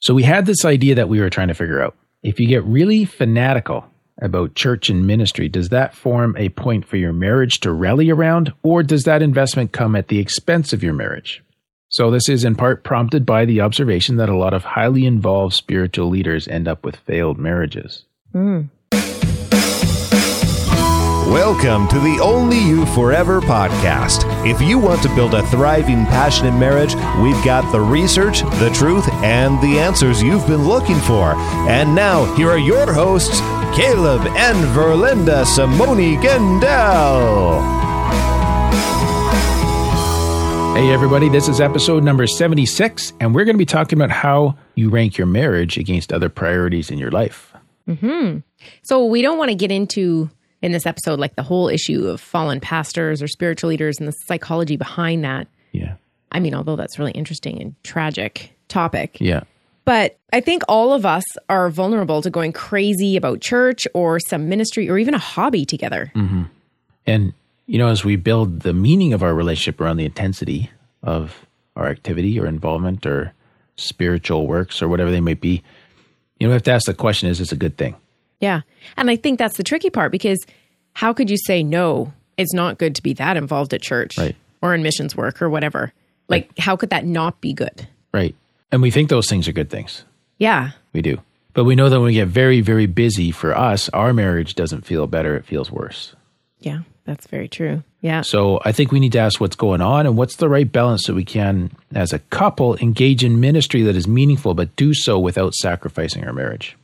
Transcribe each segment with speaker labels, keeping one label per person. Speaker 1: So we had this idea that we were trying to figure out. If you get really fanatical about church and ministry, does that form a point for your marriage to rally around, or does that investment come at the expense of your marriage? So, this is in part prompted by the observation that a lot of highly involved spiritual leaders end up with failed marriages.
Speaker 2: Mm.
Speaker 3: Welcome to the Only You Forever podcast. If you want to build a thriving, passionate marriage, we've got the research, the truth, and the answers you've been looking for. And now, here are your hosts, Caleb and Verlinda Simone Gendel.
Speaker 1: Hey, everybody, this is episode number 76, and we're going to be talking about how you rank your marriage against other priorities in your life.
Speaker 2: Hmm. So we don't want to get into in this episode like the whole issue of fallen pastors or spiritual leaders and the psychology behind that.
Speaker 1: Yeah.
Speaker 2: I mean, although that's really interesting and tragic topic.
Speaker 1: Yeah.
Speaker 2: But I think all of us are vulnerable to going crazy about church or some ministry or even a hobby together.
Speaker 1: Mm. And, you know, as we build the meaning of our relationship around the intensity of our activity or involvement or spiritual works or whatever they might be, you know, we have to ask the question is this a good thing?
Speaker 2: Yeah. And I think that's the tricky part because how could you say no? It's not good to be that involved at church
Speaker 1: Right.
Speaker 2: or in missions work or whatever. Like how could that not be good?
Speaker 1: Right. And we think those things are good things.
Speaker 2: Yeah.
Speaker 1: We do. But we know that when we get very, very busy for us, our marriage doesn't feel better, it feels worse.
Speaker 2: Yeah, that's very true. Yeah.
Speaker 1: So I think we need to ask what's going on and what's the right balance so we can, as a couple, engage in ministry that is meaningful, but do so without sacrificing our marriage.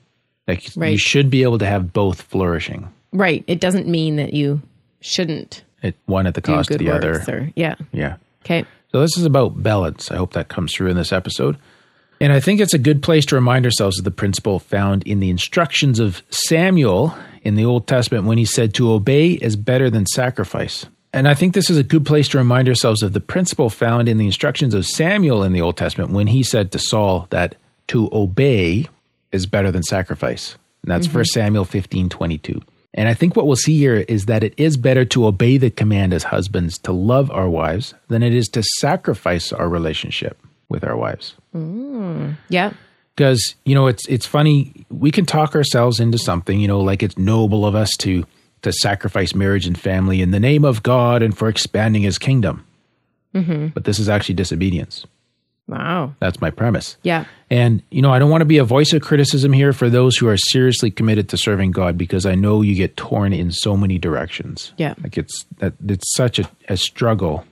Speaker 1: Like you
Speaker 2: Right.
Speaker 1: should be able to have both flourishing.
Speaker 2: Right. It doesn't mean that you shouldn't
Speaker 1: It one at the
Speaker 2: do
Speaker 1: cost of
Speaker 2: good
Speaker 1: the other.
Speaker 2: works or yeah.
Speaker 1: Yeah.
Speaker 2: Okay.
Speaker 1: So this is about balance. I hope that comes through in this episode. And I think it's a good place to remind ourselves of the principle found in the instructions of Samuel in the Old Testament when he said to obey is better than sacrifice. And I think this is a good place to remind ourselves of the principle found in the instructions of Samuel in the Old Testament when he said to Saul that to obey is better than sacrifice. And that's First Samuel 15 22. And I think what we'll see here is that it is better to obey the command as husbands to love our wives than it is to sacrifice our relationship with our wives.
Speaker 2: Yeah.
Speaker 1: Because, you know, it's it's funny, we can talk ourselves into something, you know, like it's noble of us to to sacrifice marriage and family in the name of God and for expanding his kingdom. But this is actually disobedience.
Speaker 2: Wow.
Speaker 1: That's my premise.
Speaker 2: Yeah.
Speaker 1: And, you know, I don't want to be a voice of criticism here for those who are seriously committed to serving God because I know you get torn in so many directions.
Speaker 2: Yeah.
Speaker 1: Like it's that it's such a, a struggle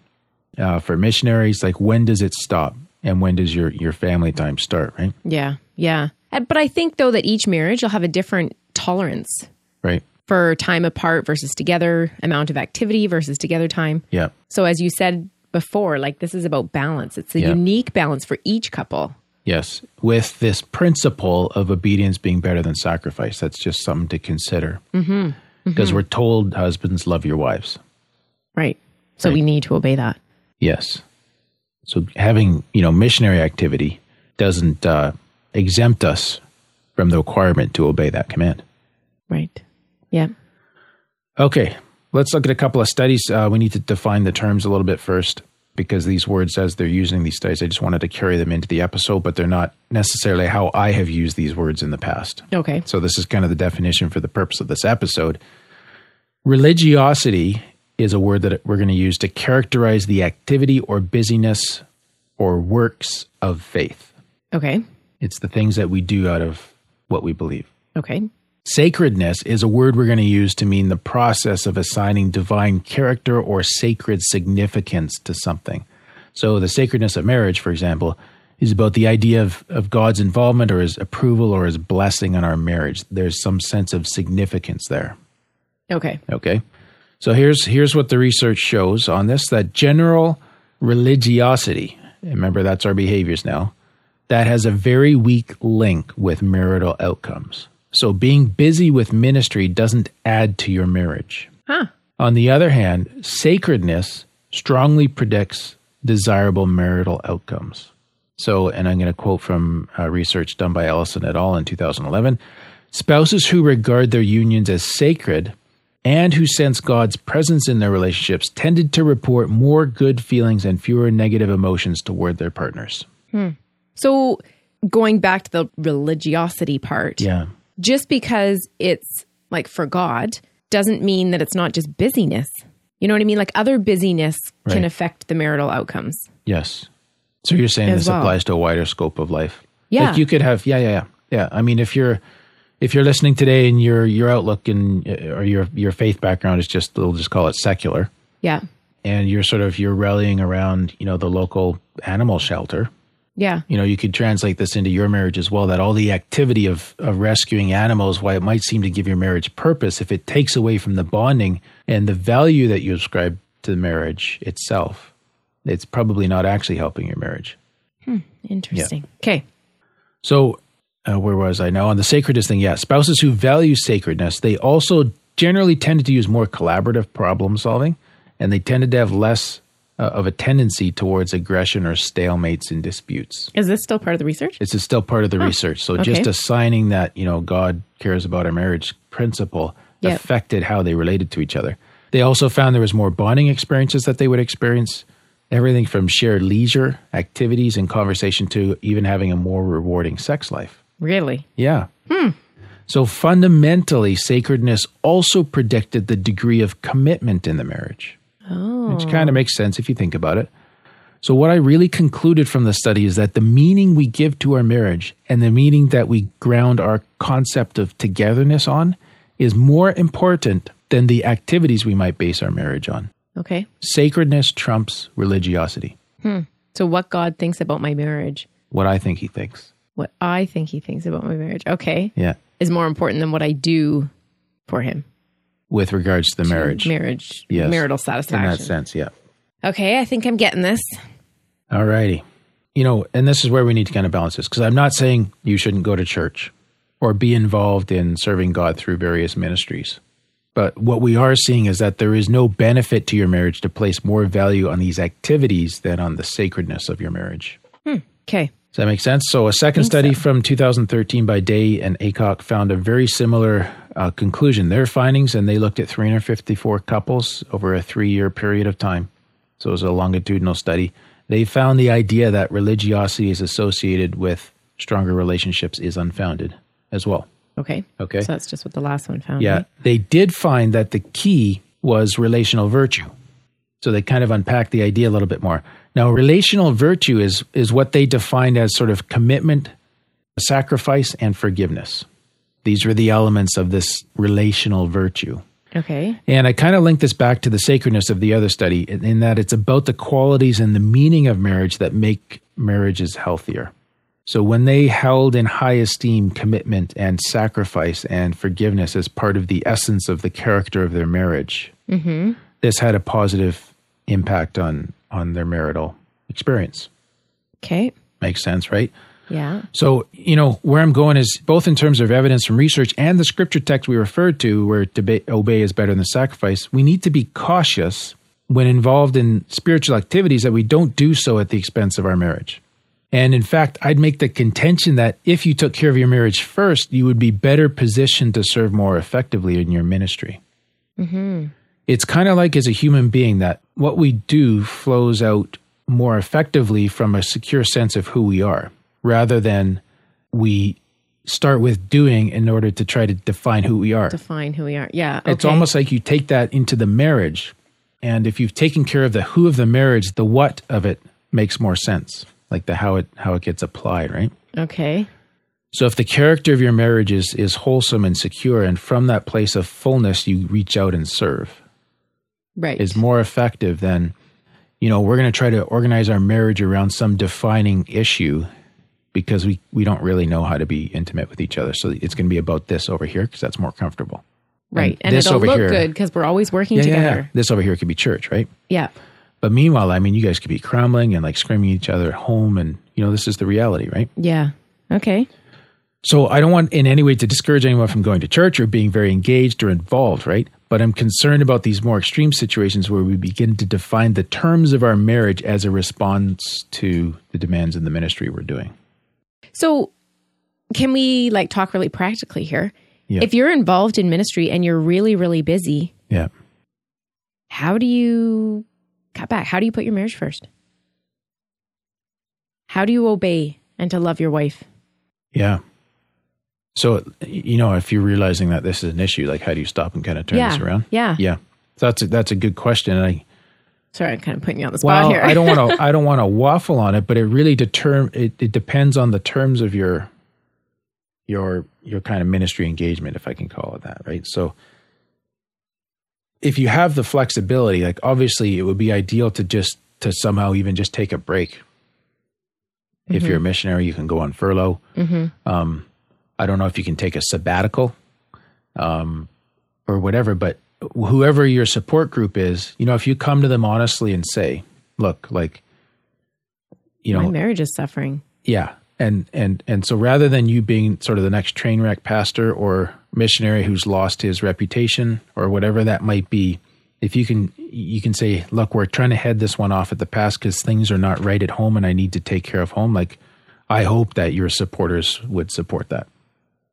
Speaker 1: uh, for missionaries. Like when does it stop? And when does your, your family time start, right?
Speaker 2: Yeah. Yeah. Uh, But I think though that each marriage will have a different tolerance
Speaker 1: Right.
Speaker 2: for time apart versus together, amount of activity versus together time.
Speaker 1: Yeah.
Speaker 2: So as you said before, like this is about balance. It's a
Speaker 1: Yeah.
Speaker 2: unique balance for each couple.
Speaker 1: Yes. With this principle of obedience being better than sacrifice, that's just something to consider. Because we're told husbands love your wives.
Speaker 2: Right. So
Speaker 1: Right.
Speaker 2: we need to obey that.
Speaker 1: Yes. So having you know missionary activity doesn't uh, exempt us from the requirement to obey that command.
Speaker 2: Right. Yeah.
Speaker 1: Okay, let's look at a couple of studies. Uh, we need to define the terms a little bit first because these words, as they're using these studies, I just wanted to carry them into the episode, but they're not necessarily how I have used these words in the past.
Speaker 2: Okay.
Speaker 1: So, this is kind of the definition for the purpose of this episode. Religiosity is a word that we're going to use to characterize the activity or busyness or works of faith.
Speaker 2: Okay.
Speaker 1: It's the things that we do out of what we believe.
Speaker 2: Okay.
Speaker 1: Sacredness is a word we're going to use to mean the process of assigning divine character or sacred significance to something. So, the sacredness of marriage, for example, is about the idea of, of God's involvement or his approval or his blessing on our marriage. There's some sense of significance there.
Speaker 2: Okay.
Speaker 1: Okay. So here's here's what the research shows on this that general religiosity, remember that's our behaviors now, that has a very weak link with marital outcomes. So being busy with ministry doesn't add to your marriage.
Speaker 2: Huh.
Speaker 1: On the other hand, sacredness strongly predicts desirable marital outcomes. So, and I'm going to quote from uh, research done by Ellison et al. in 2011 spouses who regard their unions as sacred and who sense God's presence in their relationships tended to report more good feelings and fewer negative emotions toward their partners.
Speaker 2: So going back to the religiosity part,
Speaker 1: Yeah.
Speaker 2: just because it's like for God doesn't mean that it's not just busyness. You know what I mean? Like other busyness
Speaker 1: Right.
Speaker 2: can affect the marital outcomes.
Speaker 1: Yes. So you're saying
Speaker 2: As
Speaker 1: this
Speaker 2: well.
Speaker 1: applies to a wider scope of life.
Speaker 2: Yeah.
Speaker 1: Like you could have yeah, yeah, yeah. Yeah. I mean if you're if you're listening today and your your outlook and uh, or your your faith background is just they'll just call it secular
Speaker 2: Yeah.
Speaker 1: and you're sort of you're rallying around, you know, the local animal shelter.
Speaker 2: Yeah.
Speaker 1: You know, you could translate this into your marriage as well that all the activity of of rescuing animals why it might seem to give your marriage purpose if it takes away from the bonding and the value that you ascribe to the marriage itself, it's probably not actually helping your marriage.
Speaker 2: Interesting. Okay.
Speaker 1: So, uh, where was I now? On the sacredness thing, yeah. Spouses who value sacredness, they also generally tended to use more collaborative problem solving, and they tended to have less uh, of a tendency towards aggression or stalemates in disputes.
Speaker 2: Is this still part of the research?
Speaker 1: It's just still part of the research. So, just
Speaker 2: okay.
Speaker 1: assigning that, you know, God cares about our marriage principle
Speaker 2: Yep.
Speaker 1: affected how they related to each other. They also found there was more bonding experiences that they would experience. Everything from shared leisure activities and conversation to even having a more rewarding sex life.
Speaker 2: Really?
Speaker 1: Yeah. So fundamentally, sacredness also predicted the degree of commitment in the marriage,
Speaker 2: Oh.
Speaker 1: which kind of makes sense if you think about it. So, what I really concluded from the study is that the meaning we give to our marriage and the meaning that we ground our concept of togetherness on is more important than the activities we might base our marriage on.
Speaker 2: Okay.
Speaker 1: Sacredness trumps religiosity,
Speaker 2: So what God thinks about my marriage,
Speaker 1: what I think he thinks.
Speaker 2: what I think he thinks about my marriage, okay,
Speaker 1: Yeah.
Speaker 2: is more important than what I do for him.
Speaker 1: With regards to the marriage.
Speaker 2: Marriage.
Speaker 1: Yes.
Speaker 2: Marital
Speaker 1: in that
Speaker 2: satisfaction.
Speaker 1: sense, yeah.
Speaker 2: Okay, I think I'm getting this.
Speaker 1: Alrighty, You know, and this is where we need to kind of balance this because I'm not saying you shouldn't go to church or be involved in serving God through various ministries. But what we are seeing is that there is no benefit to your marriage to place more value on these activities than on the sacredness of your marriage.
Speaker 2: Okay.
Speaker 1: Does that make sense? So, a second study from 2013 by Day and Acock found a very similar uh, conclusion. Their findings, and they looked at 354 couples over a three year period of time. So, it was a longitudinal study. They found the idea that religiosity is associated with stronger relationships is unfounded as well.
Speaker 2: Okay.
Speaker 1: Okay.
Speaker 2: So that's just what the last one found.
Speaker 1: Yeah,
Speaker 2: right?
Speaker 1: they did find that the key was relational virtue. So they kind of unpacked the idea a little bit more. Now, relational virtue is is what they defined as sort of commitment, sacrifice, and forgiveness. These were the elements of this relational virtue.
Speaker 2: Okay.
Speaker 1: And I kind of link this back to the sacredness of the other study in, in that it's about the qualities and the meaning of marriage that make marriages healthier. So when they held in high esteem commitment and sacrifice and forgiveness as part of the essence of the character of their marriage, this had a positive impact on on their marital experience.
Speaker 2: Okay.
Speaker 1: Makes sense, right?
Speaker 2: Yeah.
Speaker 1: So, you know, where I'm going is both in terms of evidence from research and the scripture text we referred to, where to be, obey is better than sacrifice, we need to be cautious when involved in spiritual activities that we don't do so at the expense of our marriage. And in fact, I'd make the contention that if you took care of your marriage first, you would be better positioned to serve more effectively in your ministry. It's kind of like as a human being that what we do flows out more effectively from a secure sense of who we are rather than we start with doing in order to try to define who we are.
Speaker 2: Define who we are. Yeah.
Speaker 1: It's
Speaker 2: okay.
Speaker 1: almost like you take that into the marriage. And if you've taken care of the who of the marriage, the what of it makes more sense, like the how it how it gets applied, right?
Speaker 2: Okay.
Speaker 1: So if the character of your marriage is is wholesome and secure and from that place of fullness you reach out and serve
Speaker 2: Right.
Speaker 1: is more effective than you know, we're going to try to organize our marriage around some defining issue because we we don't really know how to be intimate with each other. So it's going to be about this over here because that's more comfortable.
Speaker 2: right.
Speaker 1: and
Speaker 2: And
Speaker 1: this
Speaker 2: it'll
Speaker 1: over
Speaker 2: look
Speaker 1: here-
Speaker 2: good because we're always working
Speaker 1: Yeah, yeah, yeah.
Speaker 2: together.
Speaker 1: This over here could be church, right?
Speaker 2: Yeah.
Speaker 1: But meanwhile, I mean, you guys could be crumbling and like screaming at each other at home. And, you know, this is the reality, right?
Speaker 2: Yeah. Okay.
Speaker 1: So I don't want in any way to discourage anyone from going to church or being very engaged or involved, right? But I'm concerned about these more extreme situations where we begin to define the terms of our marriage as a response to the demands in the ministry we're doing.
Speaker 2: So, can we like talk really practically here?
Speaker 1: Yeah.
Speaker 2: If you're involved in ministry and you're really, really busy,
Speaker 1: Yeah.
Speaker 2: how do you cut back? How do you put your marriage first? How do you obey and to love your wife?
Speaker 1: Yeah. So, you know, if you're realizing that this is an issue, like how do you stop and kind of turn
Speaker 2: yeah.
Speaker 1: this around?
Speaker 2: Yeah.
Speaker 1: Yeah. So that's a, that's a good question. And I,
Speaker 2: Sorry, I'm kind of putting you on the spot
Speaker 1: well,
Speaker 2: here.
Speaker 1: I don't want to, I don't want to waffle on it, but it really determ, it, it depends on the terms of your, your, your kind of ministry engagement, if I can call it that. Right. So if you have the flexibility, like obviously it would be ideal to just, to somehow even just take a break. If you're a missionary, you can go on furlough.
Speaker 2: hmm
Speaker 1: Um, I don't know if you can take a sabbatical um, or whatever, but whoever your support group is, you know, if you come to them honestly and say, look, like, you
Speaker 2: My
Speaker 1: know,
Speaker 2: marriage is suffering.
Speaker 1: yeah. And, and, and so rather than you being sort of the next train wreck pastor or missionary who's lost his reputation or whatever that might be, if you can, you can say, look, we're trying to head this one off at the pass because things are not right at home and I need to take care of home. Like, I hope that your supporters would support that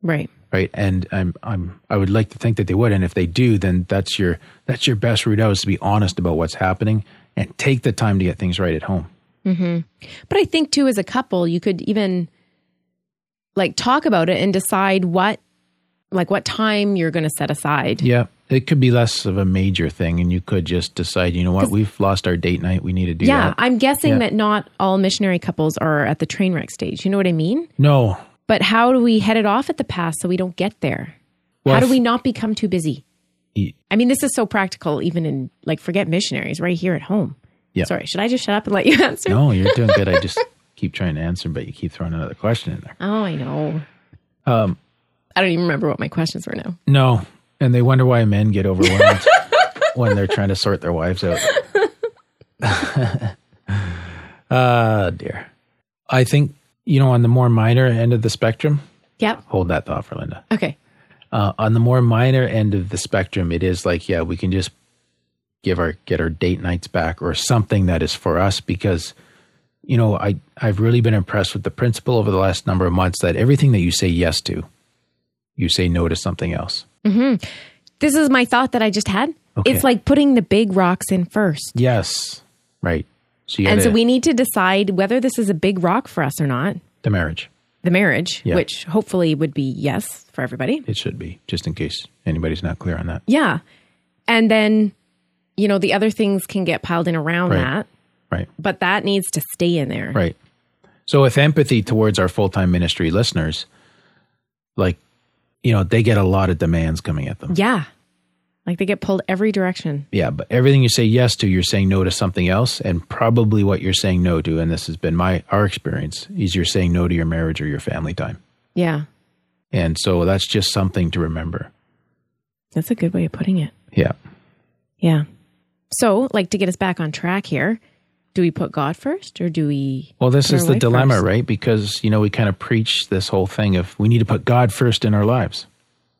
Speaker 2: Right.
Speaker 1: right and i'm i'm i would like to think that they would and if they do then that's your that's your best route out is to be honest about what's happening and take the time to get things right at home
Speaker 2: But I think too, as a couple, you could even like talk about it and decide what, like, what time you're going to set aside.
Speaker 1: yeah it could be less of a major thing and you could just decide you know what we've lost our date night we need to do
Speaker 2: Yeah,
Speaker 1: that
Speaker 2: I'm guessing
Speaker 1: Yeah.
Speaker 2: that not all missionary couples are at the train wreck stage. You know what I mean?
Speaker 1: no
Speaker 2: But how do we head it off at the pass so we don't get there?
Speaker 1: Well,
Speaker 2: how do
Speaker 1: if-
Speaker 2: we not become too busy?
Speaker 1: Y-
Speaker 2: I mean, this is so practical, even in like forget missionaries right here at home.
Speaker 1: Yeah.
Speaker 2: Sorry, should I just shut up and let you answer?
Speaker 1: no you're doing good i just keep trying to answer but you keep throwing another question in there
Speaker 2: Oh, I know.
Speaker 1: um
Speaker 2: I don't even remember what my questions were now.
Speaker 1: no and they wonder why men get overwhelmed when they're trying to sort their wives out uh dear i think you know on the more minor end of the spectrum
Speaker 2: Yep.
Speaker 1: hold that thought for Linda.
Speaker 2: Okay.
Speaker 1: Uh, on the more minor end of the spectrum, it is like, yeah, we can just give our get our date nights back or something that is for us because you know I I've really been impressed with the principle over the last number of months that everything that you say yes to, you say no to something else.
Speaker 2: This is my thought that I just had.
Speaker 1: Okay.
Speaker 2: It's like putting the big rocks in first.
Speaker 1: Yes, right. So you
Speaker 2: And
Speaker 1: had
Speaker 2: so we need to decide whether this is a big rock for us or not.
Speaker 1: the marriage.
Speaker 2: The marriage,
Speaker 1: Yeah.
Speaker 2: which hopefully would be yes for everybody.
Speaker 1: It should be just in case anybody's not clear on that.
Speaker 2: Yeah. And then, you know, the other things can get piled in around
Speaker 1: Right.
Speaker 2: that,
Speaker 1: Right.
Speaker 2: but that needs to stay in there.
Speaker 1: Right. So with empathy towards our full time ministry listeners, like, you know, they get a lot of demands coming at them.
Speaker 2: Yeah. Like they get pulled every direction.
Speaker 1: Yeah, but everything you say yes to, you're saying no to something else, and probably what you're saying no to, and this has been my our experience, is you're saying no to your marriage or your family time.
Speaker 2: Yeah.
Speaker 1: And so that's just something to remember.
Speaker 2: That's a good way of putting it.
Speaker 1: Yeah.
Speaker 2: Yeah. So, like to get us back on track here, do we put God first or do we
Speaker 1: Well, this
Speaker 2: put
Speaker 1: is
Speaker 2: our
Speaker 1: the
Speaker 2: wife
Speaker 1: dilemma,
Speaker 2: first?
Speaker 1: right? Because, you know, we kind of preach this whole thing of we need to put God first in our lives.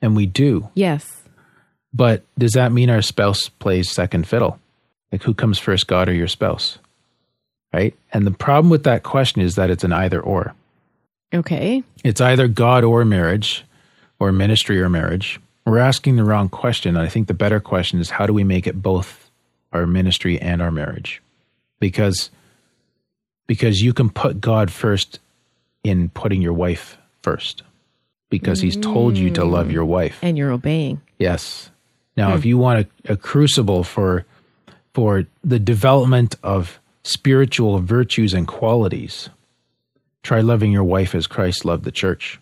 Speaker 1: And we do.
Speaker 2: Yes.
Speaker 1: But does that mean our spouse plays second fiddle? Like, who comes first, God or your spouse? Right? And the problem with that question is that it's an either or.
Speaker 2: Okay.
Speaker 1: It's either God or marriage, or ministry or marriage. We're asking the wrong question. And I think the better question is how do we make it both our ministry and our marriage? Because because you can put God first in putting your wife first. Because he's told you to love your wife.
Speaker 2: And you're obeying.
Speaker 1: Yes. Now, if you want a, a crucible for for the development of spiritual virtues and qualities, try loving your wife as Christ loved the church,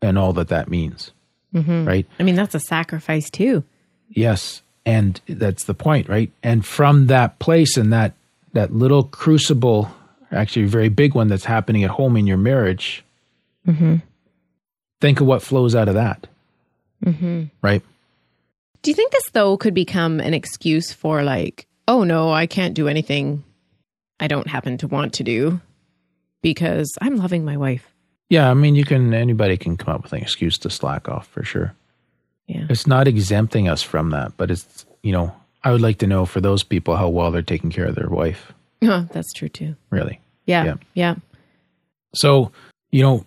Speaker 1: and all that that means. Right?
Speaker 2: I mean, that's a sacrifice too.
Speaker 1: Yes, and that's the point, right? And from that place and that that little crucible, actually a very big one that's happening at home in your marriage, think of what flows out of that. Right?
Speaker 2: Do you think this though could become an excuse for like, oh no, I can't do anything I don't happen to want to do because I'm loving my wife.
Speaker 1: Yeah, I mean, you can. Anybody can come up with an excuse to slack off for sure.
Speaker 2: Yeah.
Speaker 1: It's not exempting us from that, but it's you know, I would like to know for those people how well they're taking care of their wife,
Speaker 2: Huh, That's true too.
Speaker 1: really.
Speaker 2: Yeah.
Speaker 1: Yeah.
Speaker 2: Yeah.
Speaker 1: So you know,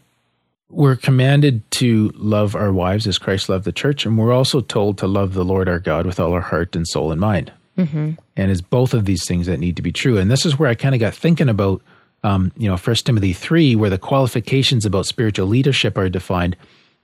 Speaker 1: we're commanded to love our wives as Christ loved the church, and we're also told to love the Lord our God with all our heart and soul and mind. Mm-hmm. And it's both of these things that need to be true. And this is where I kind of got thinking about um, you know, First Timothy three, where the qualifications about spiritual leadership are defined,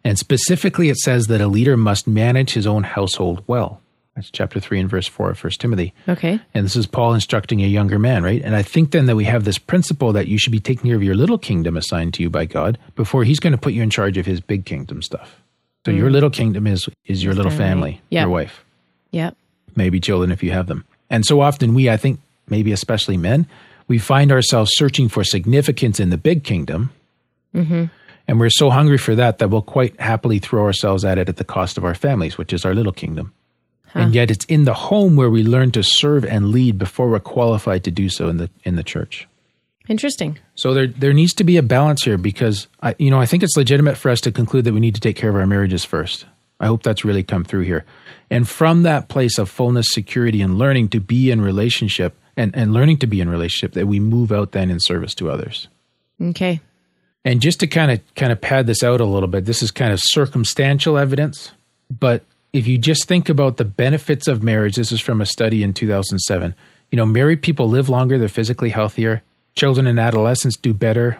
Speaker 1: and specifically it says that a leader must manage his own household well. That's chapter three and verse four of First Timothy.
Speaker 2: Okay.
Speaker 1: And this is Paul instructing a younger man, right? And I think then that we have this principle that you should be taking care of your little kingdom assigned to you by God before he's going to put you in charge of his big kingdom stuff. So your little kingdom is is your little
Speaker 2: family.
Speaker 1: family,
Speaker 2: Yeah.
Speaker 1: your wife,
Speaker 2: Yeah.
Speaker 1: maybe children if you have them. And so often we, I think, maybe especially men, we find ourselves searching for significance in the big kingdom. And we're so hungry for that that we'll quite happily throw ourselves at it at the cost of our families, which is our little kingdom. And yet it's in the home where we learn to serve and lead before we're qualified to do so in the in the church.
Speaker 2: Interesting.
Speaker 1: So there there needs to be a balance here because I you know I think it's legitimate for us to conclude that we need to take care of our marriages first. I hope that's really come through here. And from that place of fullness, security, and learning to be in relationship and, and learning to be in relationship, that we move out then in service to others.
Speaker 2: Okay.
Speaker 1: And just to kind of kind of pad this out a little bit, this is kind of circumstantial evidence, but if you just think about the benefits of marriage, this is from a study in 2007. You know, married people live longer, they're physically healthier. Children and adolescents do better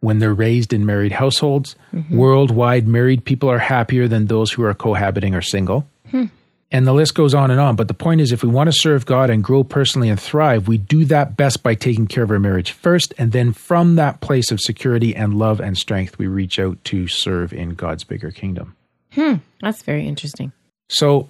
Speaker 1: when they're raised in married households. Worldwide, married people are happier than those who are cohabiting or single. And the list goes on and on. But the point is, if we want to serve God and grow personally and thrive, we do that best by taking care of our marriage first. And then from that place of security and love and strength, we reach out to serve in God's bigger kingdom.
Speaker 2: That's very interesting.
Speaker 1: So,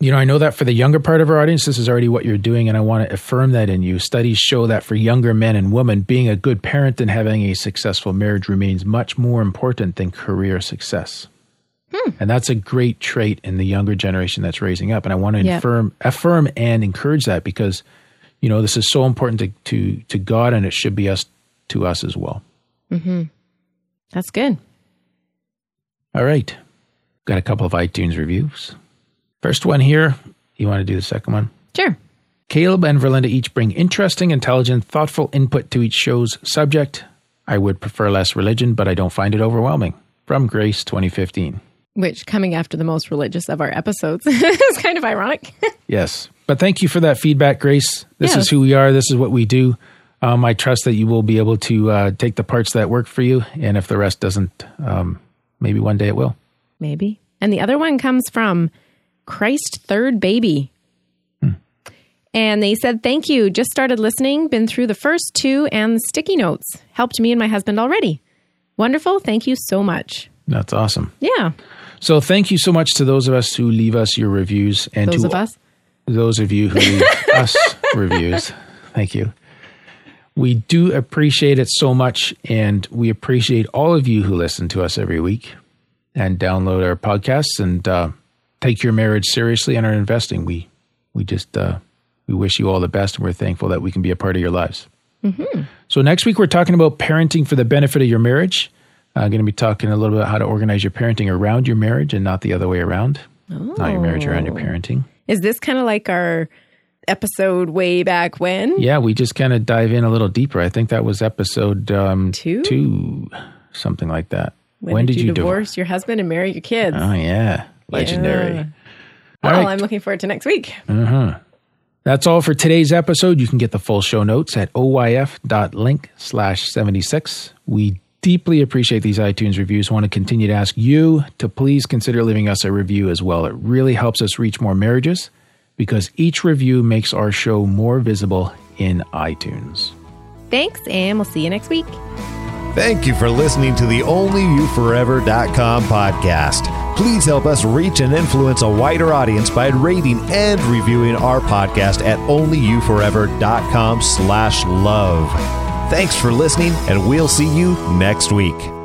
Speaker 1: you know, I know that for the younger part of our audience, this is already what you're doing. And I want to affirm that in you. Studies show that for younger men and women, being a good parent and having a successful marriage remains much more important than career success. And that's a great trait in the younger generation that's raising up. And I want to
Speaker 2: Yeah.
Speaker 1: affirm, affirm and encourage that because, you know, this is so important to, to, to God and it should be us to us as well.
Speaker 2: That's good.
Speaker 1: All right. Got a couple of iTunes reviews. First one here. You want to do the second one?
Speaker 2: Sure.
Speaker 1: Caleb and Verlinda each bring interesting, intelligent, thoughtful input to each show's subject. I would prefer less religion, but I don't find it overwhelming. From Grace 2015.
Speaker 2: Which coming after the most religious of our episodes is kind of ironic.
Speaker 1: Yes. But thank you for that feedback, Grace. This
Speaker 2: Yes.
Speaker 1: is who we are. This is what we do. Um, I trust that you will be able to uh, take the parts that work for you. And if the rest doesn't, um, maybe one day it will.
Speaker 2: Maybe. And the other one comes from Christ Third Baby.
Speaker 1: Hmm.
Speaker 2: And they said, Thank you. Just started listening, been through the first two and the sticky notes. Helped me and my husband already. Wonderful. Thank you so much.
Speaker 1: That's awesome.
Speaker 2: Yeah.
Speaker 1: So thank you so much to those of us who leave us your reviews and
Speaker 2: Those
Speaker 1: to
Speaker 2: of us.
Speaker 1: those of you who leave us reviews. Thank you. We do appreciate it so much, and we appreciate all of you who listen to us every week and download our podcasts and uh, take your marriage seriously and our investing. We we just uh, we wish you all the best, and we're thankful that we can be a part of your lives. So next week we're talking about parenting for the benefit of your marriage. I'm going to be talking a little bit about how to organize your parenting around your marriage and not the other way around. Not your marriage around your parenting.
Speaker 2: Is this kind of like our episode way back when?
Speaker 1: Yeah, we just kind of dive in a little deeper. I think that was episode um,
Speaker 2: Two?
Speaker 1: two, something like that. When, did, you divorce?
Speaker 2: your husband and marry your kids?
Speaker 1: Oh yeah, legendary.
Speaker 2: Yeah.
Speaker 1: All
Speaker 2: well,
Speaker 1: right.
Speaker 2: I'm looking forward to next week.
Speaker 1: That's all for today's episode. You can get the full show notes at oyf.link slash 76. We deeply appreciate these iTunes reviews. Want to continue to ask you to please consider leaving us a review as well. It really helps us reach more marriages because each review makes our show more visible in iTunes.
Speaker 2: Thanks, and we'll see you next week.
Speaker 3: Thank you for listening to the OnlyYouForever.com podcast. Please help us reach and influence a wider audience by rating and reviewing our podcast at OnlyYouForever.com slash love. Thanks for listening, and we'll see you next week.